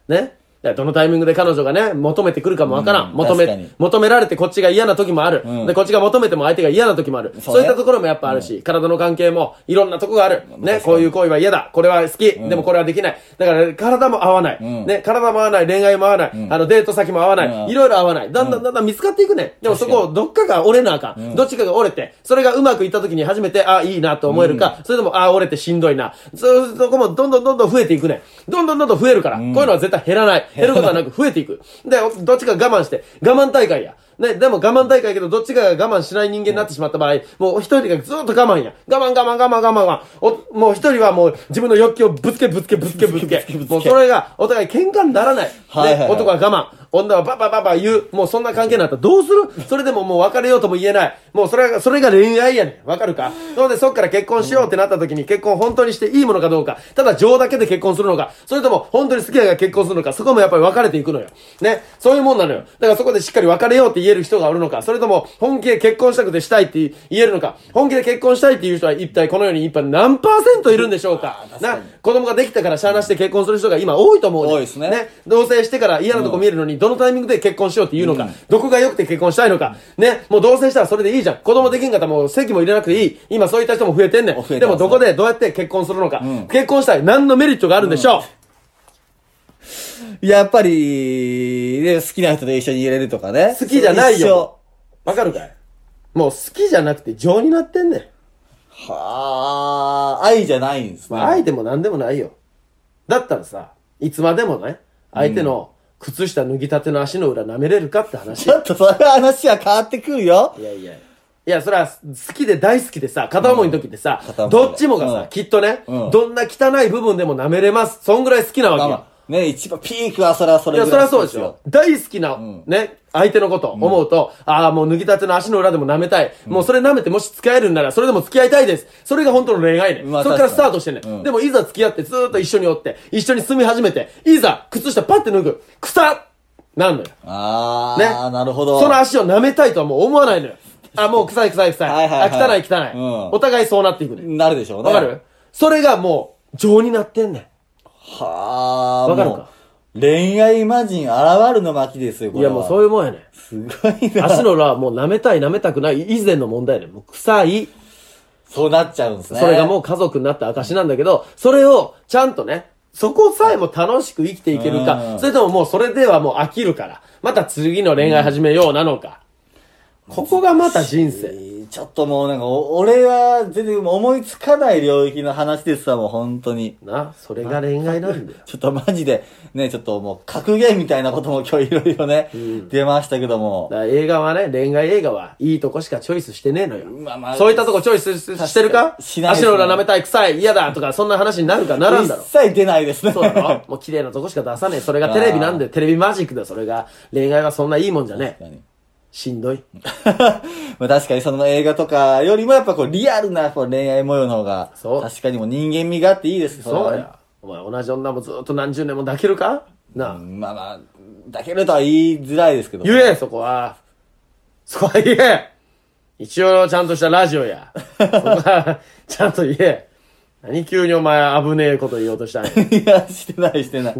S4: ねだからどのタイミングで彼女がね、求めてくるかもわからん。
S3: うん
S4: 求
S3: 確かに
S4: め、求められてこっちが嫌な時もある、
S3: ん
S4: で、こっちが求めても相手が嫌な時もある。そう,、
S3: そうね
S4: いったところもやっぱあるし、体の関係もいろんなとこがある。ね、こういう行為は嫌だ。これは好き。でもこれはできない。だから、体も合わない、
S3: ん
S4: ね、体も合わない。恋愛も合わない。あの、デート先も合わない。
S3: うん
S4: いろいろ合わない。だんだんだんだん見つかっていくねん。でもそこをどっかが折れなあかん,、どっちかが折れて、それがうまくいった時に初めて、ああ、いいなと思えるか、それとも、ああ、折れてしんどいな。そ、そこもどんどんどんどん増えていくねん。どんどんどんどん増えるから、こういうのは絶対減らない。減ることはなく増えていく。で、どっちかが我慢して、我慢大会や。ね、でも我慢大会やけど、どっちかが我慢しない人間になってしまった場合、もう一人がずっと我慢や。我慢我慢我慢我慢我慢。お、もう一人はもう自分の欲求をぶつけぶつけぶつけぶつけ。もうそれがお互い喧嘩にならない。
S3: はいはいはい
S4: で男は我慢。女はババババ言う。もうそんな関係になったらどうするそれでももう別れようとも言えない。もうそれが、それが恋愛やねん。わかるかそれでそっから結婚しようってなった時に結婚本当にしていいものかどうか。ただ情だけで結婚するのか。それとも本当に好きやが結婚するのか。そこもやっぱり別れていくのよ。ね。そういうもんなのよ。だからそこでしっかり別れようって言える人がおるのか。それとも本気で結婚したくてしたいって言えるのか。本気で結婚したいっていう人は一体この世に一般何パーセントいるんでしょうか。な、子供ができたからしゃあなしで結婚する人が今多いと思うねん。
S3: 多いですね
S4: ね。同棲してから嫌なとこ見えるのに、どのタイミングで結婚しようって言うのか、どこが良くて結婚したいのか、ね、もう同棲したらそれでいいじゃん。子供できんかったらもう席も入れなくていい。今そういった人も増えてんねん。
S3: 増えてますね
S4: でもどこでどうやって結婚するのか、結婚したい何のメリットがあるんでしょう、
S3: やっぱり、ね、好きな人と一緒にいれるとかね。
S4: 好きじゃないよ。わかるかいもう好きじゃなくて情になってんねん。
S3: はあ、愛じゃないんですね。
S4: まあ、相手も何でもないよ。だったらさ、いつまでもね、相手の靴下脱ぎたての足の裏舐めれるかって話。
S3: ちょっとそれは話は変わってくるよ。
S4: いやいや。いや、それは好きで大好きでさ、片思いの時ってさ、
S3: 片思いで
S4: どっちもがさ、
S3: うん
S4: きっとね、
S3: うん
S4: どんな汚い部分でも舐めれます。そんぐらい好きなわけ
S3: まあ
S4: よ。
S3: まあ、ね、一番ピークはそれはそ
S4: い
S3: れ
S4: や、
S3: ぐ
S4: そり
S3: ら
S4: ゃ
S3: い
S4: そうですよ。大好きな、ね、相手のこと思うと、ああ、もう脱ぎたての足の裏でも舐めたい。もうそれ舐めてもし付き合えるんなら、それでも付き合いたいです。それが本当の恋愛ね。
S3: まあ
S4: それからス
S3: 確か
S4: タ
S3: に
S4: ートしてね。でもいざ付き合ってずーっと一緒におって、一緒に住み始めて、いざ靴下パッて脱ぐ。草っなんのよ。
S3: あ
S4: ね。
S3: あ、なるほど。
S4: その足を舐めたいとはもう思わな いのよ。あ、もう臭い臭い臭い。
S3: はいはいはい
S4: あ、汚い汚い、
S3: うん
S4: お互いそうなっていくね。
S3: なるでしょうね。
S4: わかるそれがもう、情になってんねん。
S3: はあ、
S4: わかるか
S3: もう恋愛魔人現るの巻ですよ、こ
S4: い
S3: れ
S4: や
S3: は。
S4: もうそういうもんやねん。
S3: すごいな。
S4: 足の裏はもう舐めたい舐めたくない以前の問題で、もう臭い。
S3: そうなっちゃうんですね。
S4: それがもう家族になった証なんだけど、それをちゃんとね、そこさえも楽しく生きていける
S3: う
S4: か、
S3: ん
S4: それとももうそれではもう飽きるから、また次の恋愛始めようなのか。ここがまた人生。
S3: ちょっともうなんか、お俺は全然思いつかない領域の話ですわ、もう本当に。
S4: な、それが恋愛なんだよ。
S3: ちょっとマジで、ね、ちょっともう格言みたいなことも今日いろいろね、出ましたけども
S4: だ。から映画はね、恋愛映画はいいとこしかチョイスしてねえのよ。
S3: まあまあ
S4: そういったとこチョイスししてるか
S3: しないです
S4: 足
S3: ね
S4: の裏舐めたい、臭い、嫌だとか、そんな話になるかならんだろ
S3: 一。切出ないですね。
S4: そうだろもう綺麗なとこしか出さねえ。それがテレビなんで、テレビマジックだよ。それが、恋愛はそんないいもんじゃねえ。
S3: 確かに
S4: しんどい。
S3: まあ確かにその映画とかよりもやっぱこうリアルなこう恋愛模様の方が、
S4: そう
S3: 確かにもう人間味があっていいですそれ
S4: そ
S3: は
S4: う
S3: ね
S4: や。お前、同じ女もずっと何十年も抱けるかなあ。
S3: まあまあ、だけれとは言いづらいですけど。
S4: 言え、そこは。そこは言え。一応、ちゃんとしたラジオや。そこは、 ちゃんと言え。何急にお前、危ねえこと言おうとしたんや。一
S3: いや、してない、して ない。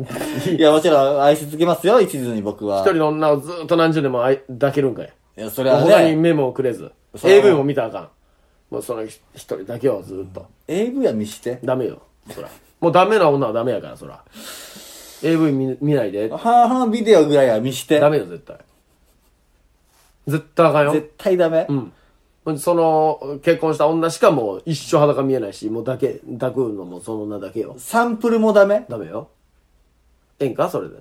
S3: いや、もちろん愛し続けますよ、一途に僕は。
S4: 人の女をずっと何十年もあい抱けるんかい。
S3: いや、それは
S4: 他に
S3: ね、
S4: 目もくれず。
S3: そう
S4: AV も見たらあかん。もうその一人だけはずっと。
S3: AV は見して。
S4: ダメよ。そら。もうダメな女はダメやから、そら。AV 見見ないで。
S3: 半々ビデオぐらいは見して
S4: ダ。メよ、絶対。絶対あかんよ。
S3: 絶対ダメ。
S4: その、結婚した女しかもう一生裸見えないし、もうだけ、抱くのもその女だけよ。
S3: サンプルもダメ。
S4: ダメよ。ええんかそれで。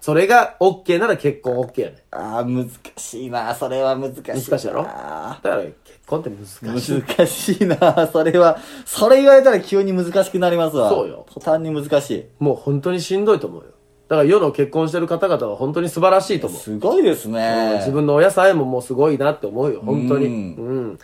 S4: それが OK なら結婚 OK やね。
S3: ああ、難しいな。それは難しい。
S4: 難しいやろだ
S3: あ
S4: から結婚って難しい。
S3: ー難しいな。それは、それ言われたら急に難しくなりますわ。
S4: そうよ
S3: 途端に難しい。
S4: もう本当にしんどいと思うよ。だから世の結婚してる方々は本当に素晴らしいと思う。
S3: すごいですね。
S4: 自分の親さえももうすごいなって思うよ、本当に。う
S3: うん
S4: ん。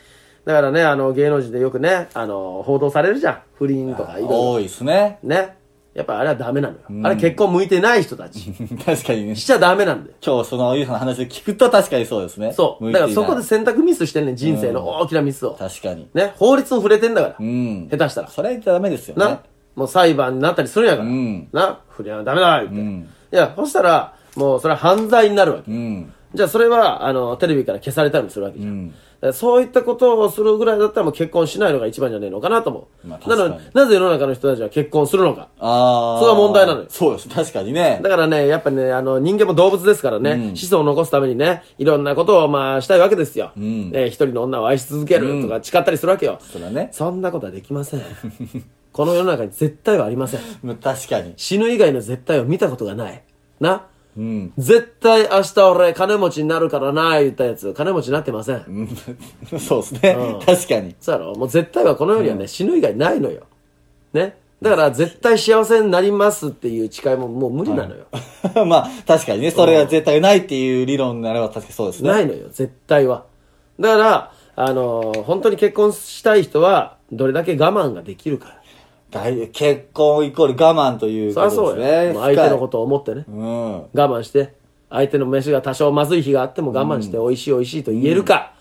S4: だからね、あの、芸能人でよくね、あの、報道されるじゃん。不倫とかいろいろ。
S3: 多いですね。
S4: ね。やっぱあれはダメなのよ。あれ結婚向いてない人たち。
S3: 確かにね。
S4: しちゃダメなんだよ。
S3: 今日その、ゆうさんの話を聞くと確かにそうですね。
S4: そう。
S3: 向い
S4: だ
S3: てい
S4: か
S3: ない
S4: らそこで選択ミスしてんねん、人生の大きなミスを。
S3: 確かに。
S4: ね。法律を触れてんだから。
S3: うん。
S4: 下手したら。
S3: それ言っちゃダメですよね。
S4: な。もう裁判になったりするんやから。
S3: うん
S4: な。不倫はダメだ言って。
S3: ん
S4: いや、そしたら、もうそれは犯罪になるわけ。
S3: うん。
S4: じゃあそれは、あの、テレビから消されたりもするわけじゃん。
S3: うん
S4: だからそういったことをするぐらいだったらもう結婚しないのが一番じゃねえのかなと思う。
S3: まあ
S4: なの
S3: 確か
S4: で
S3: に、
S4: なぜ世の中の人たちは結婚するのか。
S3: ああ。
S4: それは問題なのよ
S3: そうです。確かにね。
S4: だからね、やっぱね、あの、人間も動物ですからね、子孫を残すためにね、いろんなことを、まあ、したいわけですよ。
S3: ん
S4: ね、一人の女を愛し続けるとか誓ったりするわけよ。
S3: そうだね
S4: そんなことはできません。この世の中に絶対はありません。
S3: まあ確かに。
S4: 死ぬ以外の絶対を見たことがない。な。
S3: うん。
S4: 絶対明日俺金持ちになるからな、言ったやつ、金持ちになってません。
S3: そうですね。確かに。
S4: そうやろもう絶対はこの世にはね、死ぬ以外ないのよ。ね。だから絶対幸せになりますっていう誓いももう無理なのよ。
S3: まあ、確かにね。それは絶対ないっていう理論ならば確かにそうですね。
S4: ないのよ、絶対は。だから、あのー本当に結婚したい人は、どれだけ我慢ができるか。
S3: 大結婚イコール我慢という
S4: そ
S3: こ
S4: りゃ
S3: と
S4: そ
S3: で
S4: う
S3: す
S4: よ。
S3: ね。
S4: もう相手のことを思ってね。
S3: と。うん。
S4: 我慢して、相手の飯が多少まずい日があっても我慢して、美味しい美味しいと言えるか。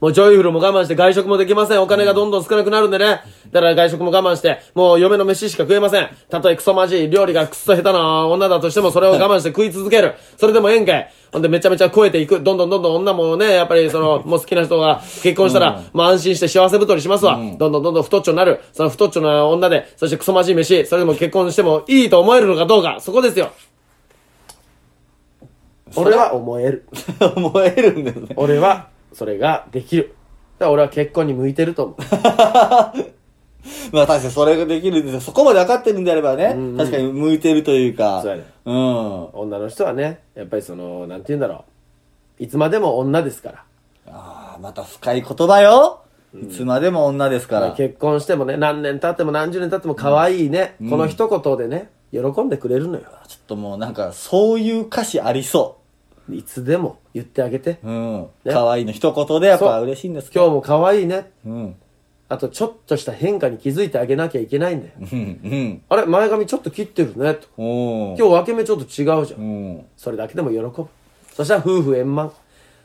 S4: もうジョイフルも我慢して外食もできません。お金がどんどん少なくなるんでね。だから外食も我慢して、もう嫁の飯しか食えません。たとえクソまじい料理がクソ下手な女だとしてもそれを我慢して食い続ける。それでもええんかい。ほんでめちゃめちゃ超えていく。どんどんどんどん女もね、やっぱりその、もう好きな人が結婚したら、まあ安心して幸せ太りしますわ。どんどんどんどん太っちょになる。その太っちょな女で、そしてクソまじい飯、それでも結婚してもいいと思えるのかどうか。そこですよ。俺は思える。
S3: 燃えるんですね。
S4: 俺は、それができる。ら俺は結婚に向いてると思う。
S3: まあ確かにそれができるんですよ。そこまで分かってるんであればね、
S4: うん
S3: 確かに向いてるというか。
S4: そうやね
S3: うん。
S4: 女の人はね、やっぱりその、なんて言うんだろう。いつまでも女ですから。
S3: ああ、また深い言葉よ。いつまでも女ですから。
S4: 結婚してもね、何年経っても何十年経っても可愛いね。この一言でね、喜んでくれるのよ。
S3: ちょっともうなんか、そういう歌詞ありそ
S4: いつでも言ってあげて。
S3: う。うん。
S4: ね
S3: 可愛いの一言でやっぱ
S4: そう
S3: 嬉しいんですけ
S4: 今
S3: ど。
S4: 日も可愛いね。
S3: うん。
S4: あと、ちょっとした変化に気づいてあげなきゃいけないんだよ。
S3: うん。
S4: あれ、前髪ちょっと切ってるね。と
S3: うん。おー
S4: 今日分け目ちょっと違うじゃ。
S3: うんん。
S4: それだけでも喜ぶ。そしたら夫婦円満。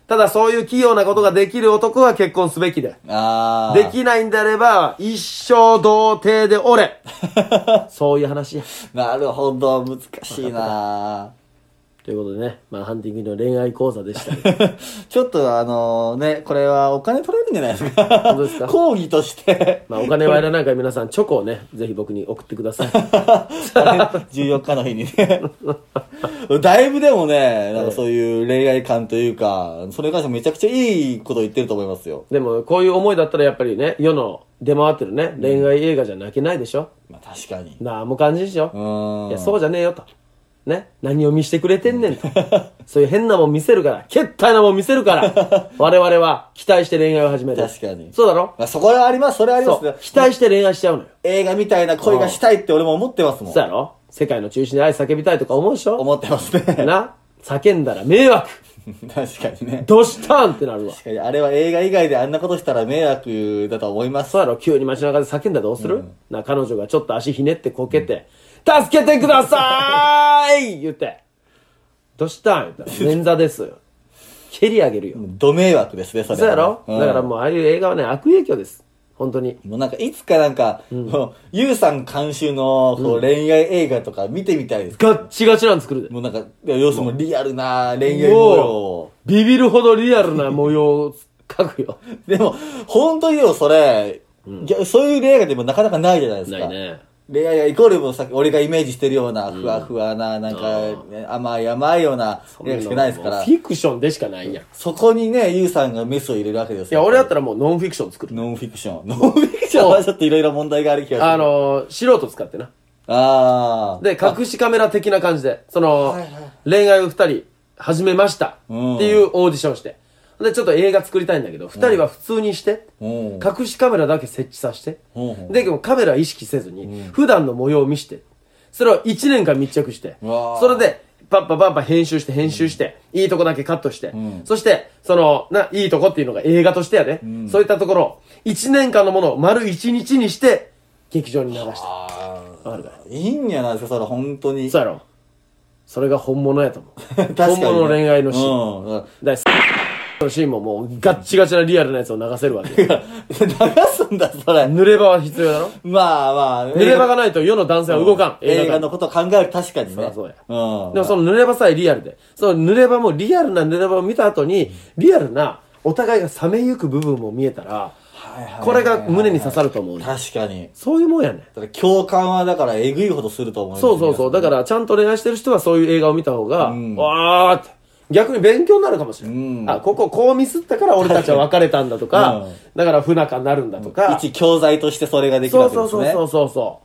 S4: ただ、そういう器用なことができる男は結婚すべきだよ。
S3: ああ。
S4: できないんであれば、一生童貞でおれ そういう話や。
S3: なるほど、難しいな
S4: ということでね、まあ、ハンティングの恋愛講座 でしたけど。
S3: ちょっとあのね、これはお金取れるんじゃないですか。
S4: 本当ですか
S3: 講義として。
S4: まあ、お金はいらないから皆さん、チョコをね、ぜひ僕に送ってくだ さい。
S3: 14日の日にね。 だいぶでもね、なんかそういう恋愛感というか、それに関してめちゃくちゃいいこと言ってると思いますよ。
S4: でも、こういう思いだったらやっぱりね、世の出回ってるね、恋愛映画じゃ泣けないでしょ
S3: まあ確かに。
S4: なんも感じでしょ
S3: うーん。
S4: いや、そうじゃねえよと。ね。何を見してくれてんねんと。 そういう変なもん見せるから、けったいなもん見せ るから、我々は期待して恋愛を始める。
S3: 確かに
S4: そうだろ
S3: まあそこはあります、それはありま
S4: そ
S3: すね
S4: う。。期待して恋愛しちゃうのよ。
S3: 映画みたいな恋がしたいって俺も思ってますもん
S4: そう。やろ世界の中心で愛叫びたいとか思うでしょ
S3: 思ってますね。 確
S4: な叫んだら迷惑
S3: かにね。
S4: どうしたんってなるわ。
S3: 確かにあれは映画以外であんなことしたら迷惑だと思います
S4: そう。やろ急に街中で叫んだらどうする、な、彼女がちょっと足ひねってこけて、助けてくださーい言って。どうしたん 言ったら、前座です。蹴り上げるよ。
S3: ど迷惑ですね、それはね。
S4: そうやろ、
S3: ん
S4: だからもうああいう映画はね、悪影響です。本当に。
S3: もうなんか、いつかなんか、もうゆうさん監修のこう恋愛映画とか見てみたいです。
S4: ガッチガチなん作るで。
S3: もうなんか、要するにもうリアルな恋愛模様を。
S4: ビビるほどリアルな模様を描くよ。
S3: でも、本当によ、それ、いやそういう恋愛がでもなかなかないじゃないですか。
S4: ないね。
S3: 恋愛がイコールもうさっき俺がイメージしてるような、ふわふわな、なんか、ね甘い甘いような恋愛しかないですから
S4: フ、ィクションでしかないやん。い
S3: そこにね、ゆうさんがメスを入れるわけですよ。
S4: や、俺だったらもうノンフィクション作る。
S3: ノンフィクション。ノ ンフィクションはちょっといろいろ問題がある気がする。
S4: あ、のー、素人使ってな。
S3: あー。
S4: で、隠しカメラ的な感じで、その、
S3: はいはい
S4: 恋愛を二人始めましたって
S3: うん
S4: いうオーディションして。で、ちょっと映画作りたいんだけど、二人は普通にして、
S3: うん
S4: 隠しカメラだけ設置させて、
S3: うん
S4: で、でもカメラ意識せずに、普段の模様を見して、それを1年間密着して、
S3: わー
S4: それで、パッパパッパ編集して編集して、いいとこだけカットして、
S3: ん
S4: そして、その、な、いいとこっていうのが映画としてやね、そういったところを、1年間のものを丸1日にして、劇場に流した。わかるかい
S3: いいんじゃないですか、それ本当に。
S4: そうやろそれが本物やと思う
S3: 確かに、ね。
S4: 本物の恋愛のシー
S3: ン。
S4: ン、
S3: うん。
S4: だからのシーンももうガッチガチなリアルなやつを流せるわけ
S3: 流すんだ、それ。
S4: 濡れ場は必要だろ
S3: まあまあ。
S4: 濡れ場がないと世の男性は動かん、
S3: 映画
S4: 界
S3: のことを考える確かにね。
S4: そうだそうや
S3: うん。
S4: でもその濡れ場さえリアルでその濡れ場もリアルな濡れ場を見た後にリアルなお互いが冷めゆく部分も見えたら
S3: はいはいはいはい
S4: これが胸に刺さると思うね
S3: 確かに。
S4: そういうもんやねん
S3: だから共感はだからえぐいほどすると思います
S4: そうそうそう。だから、ちゃんと恋愛してる人はそういう映画を見た方が、
S3: ん
S4: わーって。逆に勉強になるかもしれない。
S3: うん
S4: あ、こここうミスったから俺たちは別れたんだとか、
S3: うん
S4: だから不仲になるんだとか。
S3: 一教材としてそれができる
S4: そ
S3: わ
S4: う
S3: けで
S4: そう
S3: す
S4: そう
S3: ね。
S4: そううそうそ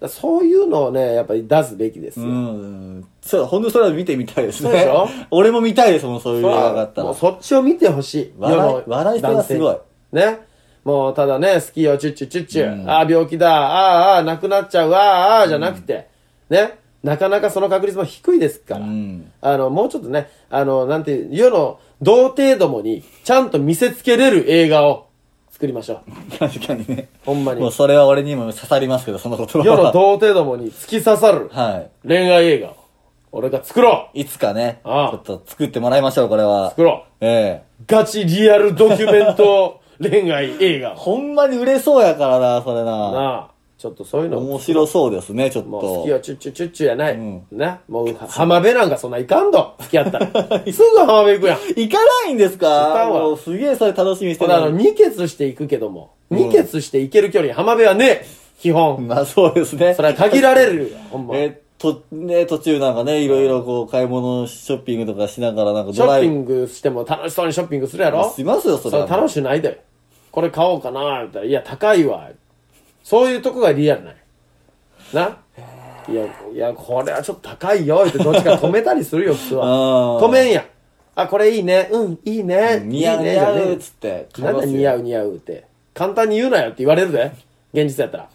S4: う。だそういうのをね、やっぱり出すべきですよ。
S3: ん。そう、ほんとそれは見てみたいですね。
S4: そうでしょ
S3: 俺も見たいですもん、そういう映
S4: そ
S3: 画があった
S4: も
S3: ら
S4: う。そっちを見てほしい。
S3: 笑い
S4: 世の
S3: 笑い人がすごい
S4: 男性ね。もうただね、好きよ、チュッチュチュッチュ。ああ、病気だ。ああ、ああ、亡くなっちゃう。ああ、ああ、じゃなくて。ね。なかなかその確率も低いですから。
S3: ん
S4: あの、もうちょっとね、あの、なんていう、世の童貞どもにちゃんと見せつけれる映画を作りましょう。
S3: 確かにね。
S4: ほんまに
S3: もうそれは俺にも刺さりますけど、その言葉
S4: 世の
S3: は。
S4: 童貞どもに突き刺さる
S3: は
S4: 恋愛映画を俺が作ろう
S3: い。いつかね、ち
S4: ああ
S3: ょっと作ってもらいましょう、これは。
S4: 作ろう
S3: ええ。
S4: ガチリアルドキュメント恋愛映画を。
S3: ほんまに売れそうやからな、それな。
S4: なあ、ちょっとそういうの
S3: 面白そうですね、ちょっと。
S4: もう好きはチュッチュチュッチュやない。
S3: ん
S4: な、もう浜辺なんかそんないかんど、付き合っ たら。すぐ浜辺行くやん。
S3: 行かないんですか
S4: 行かんわ
S3: もうすげえそれ楽しみにして
S4: た
S3: る
S4: だあ
S3: の
S4: の、
S3: に。
S4: 二血して行くけども、二血して行ける距離、浜辺はねえ、基本。
S3: まあそうですね。
S4: それは限られるよ、ほんま。
S3: え、と、ね、途中なんかね、いろいろこう、買い物、ショッピングとかしながらなんか
S4: シ
S3: ド
S4: ョ
S3: ラ
S4: ッ
S3: イ
S4: ピ
S3: ブ。
S4: ングしても楽しそうにショッピングするやろ
S3: しますよ、そ
S4: そ
S3: れ
S4: れ
S3: は。
S4: 楽しくないだよ。これ買おうかな、みたいな。いや、高いわ。そういうとこがリアルなんやな。いや、いや、これはちょっと高いよ、ってどっちか止めたりするよ、普通 は。
S3: うん
S4: 止めんやん。あ、これいいね。うん、いいね。
S3: 似合う
S4: いいね
S3: 似合うっつって
S4: じゃねえなんだ似合う
S3: う
S4: 似合うって。簡単に言うなよって言われるで。現実やったら。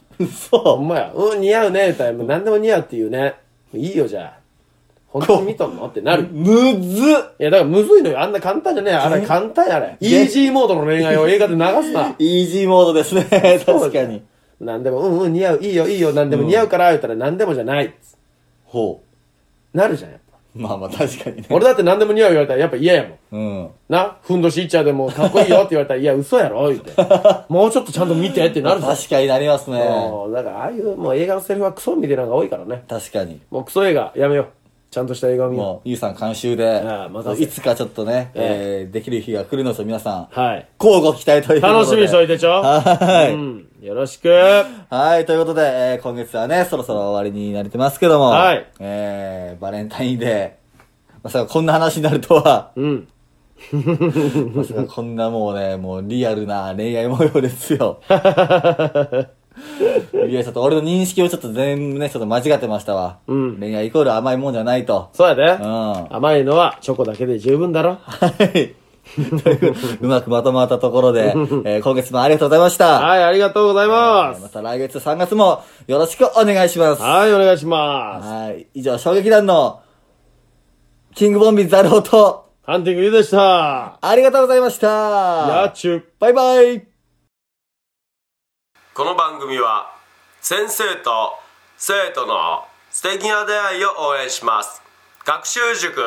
S4: ほ
S3: そ
S4: んまや。うん、似合うね、みたいな。もう何でも似合うって言うね。もういいよ、じゃあ。本当に見とんのってなる
S3: う。。むずっ。
S4: いや、だからむずいのよ。あんな簡単じゃねえ。あれ簡単やあれ。イージーモードの恋愛を映画で流すな
S3: イージーモードです ね。確かに。
S4: 何でも、うんうん、似合う、いいよ、いいよ、何でも似合うから、言ったら何でもじゃない。
S3: ほ
S4: なるじゃん、やっぱ。
S3: う。まあまあ確かにね。
S4: 俺だって何でも似合う言われたらやっぱ嫌やもん。
S3: うん。
S4: な、ふんどしいっちゃうでもかっこいいよって言われたら、いや、嘘やろ、言って。もうちょっとちゃんと見てってなるじゃん。
S3: 確かになりますね。
S4: もうだから、ああいう、もう映画のセリフはクソみたいなのが多いからね。
S3: 確かに。
S4: もうクソ映画、やめよう。ちゃんとした映画を見よ
S3: もう、ゆうさん監修で
S4: ああまた、
S3: いつかちょっとね、えーできる日が来るのですよ、皆さん。
S4: う。はい。
S3: 交互期待ということで。
S4: 楽しみにしといてちょ。
S3: はい
S4: うん。よろしく。
S3: はい、ということで、えー今月はね、そろそろ終わりになれてますけども、
S4: はい
S3: えー、バレンタインデー、まさかこんな話になるとは、
S4: うん。
S3: まさかこんなもうね、もうリアルな恋愛模様です よ。いや、ちょっと俺の認識をちょっと全部ね、ちょっと間違ってましたわ。
S4: うん
S3: 恋愛イコール甘いもんじゃないと。
S4: そうやで。
S3: ん
S4: 甘いのはチョコだけで十分だろ。
S3: はい。といううまくまとまったところ で、えー今月もありがとうございました。
S4: はい、ありがとうございま。
S3: えーますた来月3月もよろしくお願いします。
S4: はい、お願いします。
S3: はい。以上、衝撃団の、キングボンビザローと、
S4: ハンティングゆうでした。
S3: ありがとうございまし
S4: や
S3: た
S4: っ。ちゅう。
S3: バイバイ。
S1: この番組は先生と生徒の素敵な出会いを応援します学習塾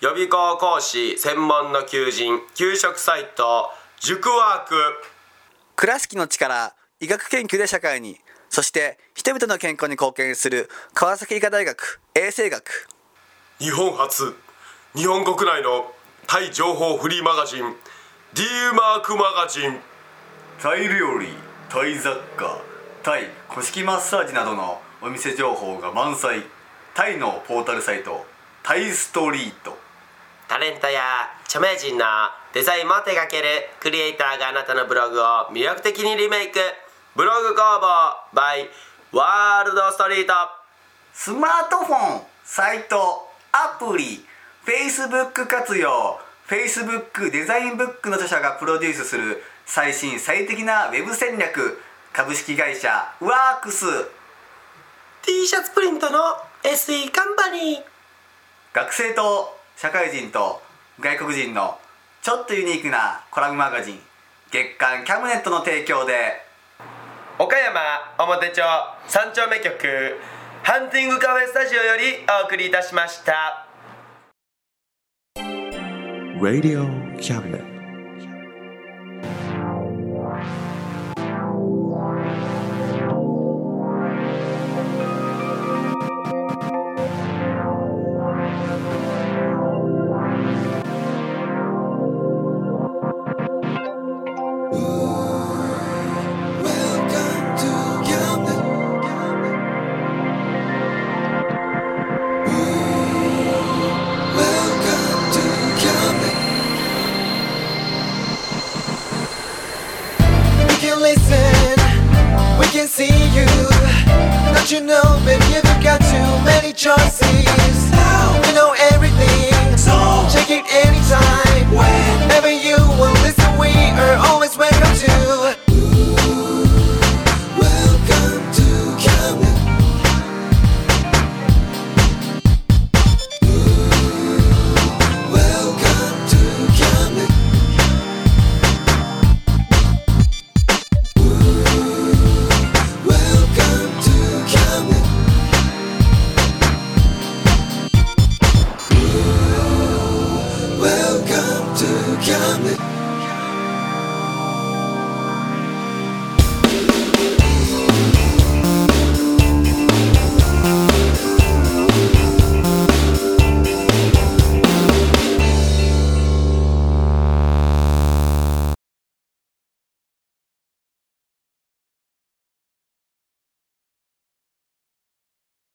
S1: 予備校講師専門の求人給食サイト塾ワーク
S5: 倉敷の力医学研究で社会にそして人々の健康に貢献する川崎医科大学衛生学
S1: 日本初日本国内のタイ情報フリーマガジン D マークマガジン
S2: タイ料理タイ雑貨タイ古式マッサージなどのお店情報が満載タイのポータルサイトタイストリート
S1: タレントや著名人のデザインも手掛けるクリエイターがあなたのブログを魅力的にリメイクブログ工房 by ワールドストリート
S2: スマートフォンサイトアプリ Facebook 活用 Facebook デザインブックの著者がプロデュースする最新最適なウェブ戦略株式会社ワークス
S1: T シャツプリントの SE カンパニー
S2: 学生と社会人と外国人のちょっとユニークなコラムマガジン月刊キャムネットの提供で
S1: 岡山表町三丁目局ハンティングカフェスタジオよりお送りいたしました。
S6: Radio Cabinet.
S7: We can listen, we can see you. Don't you know, baby, you've got too many choices.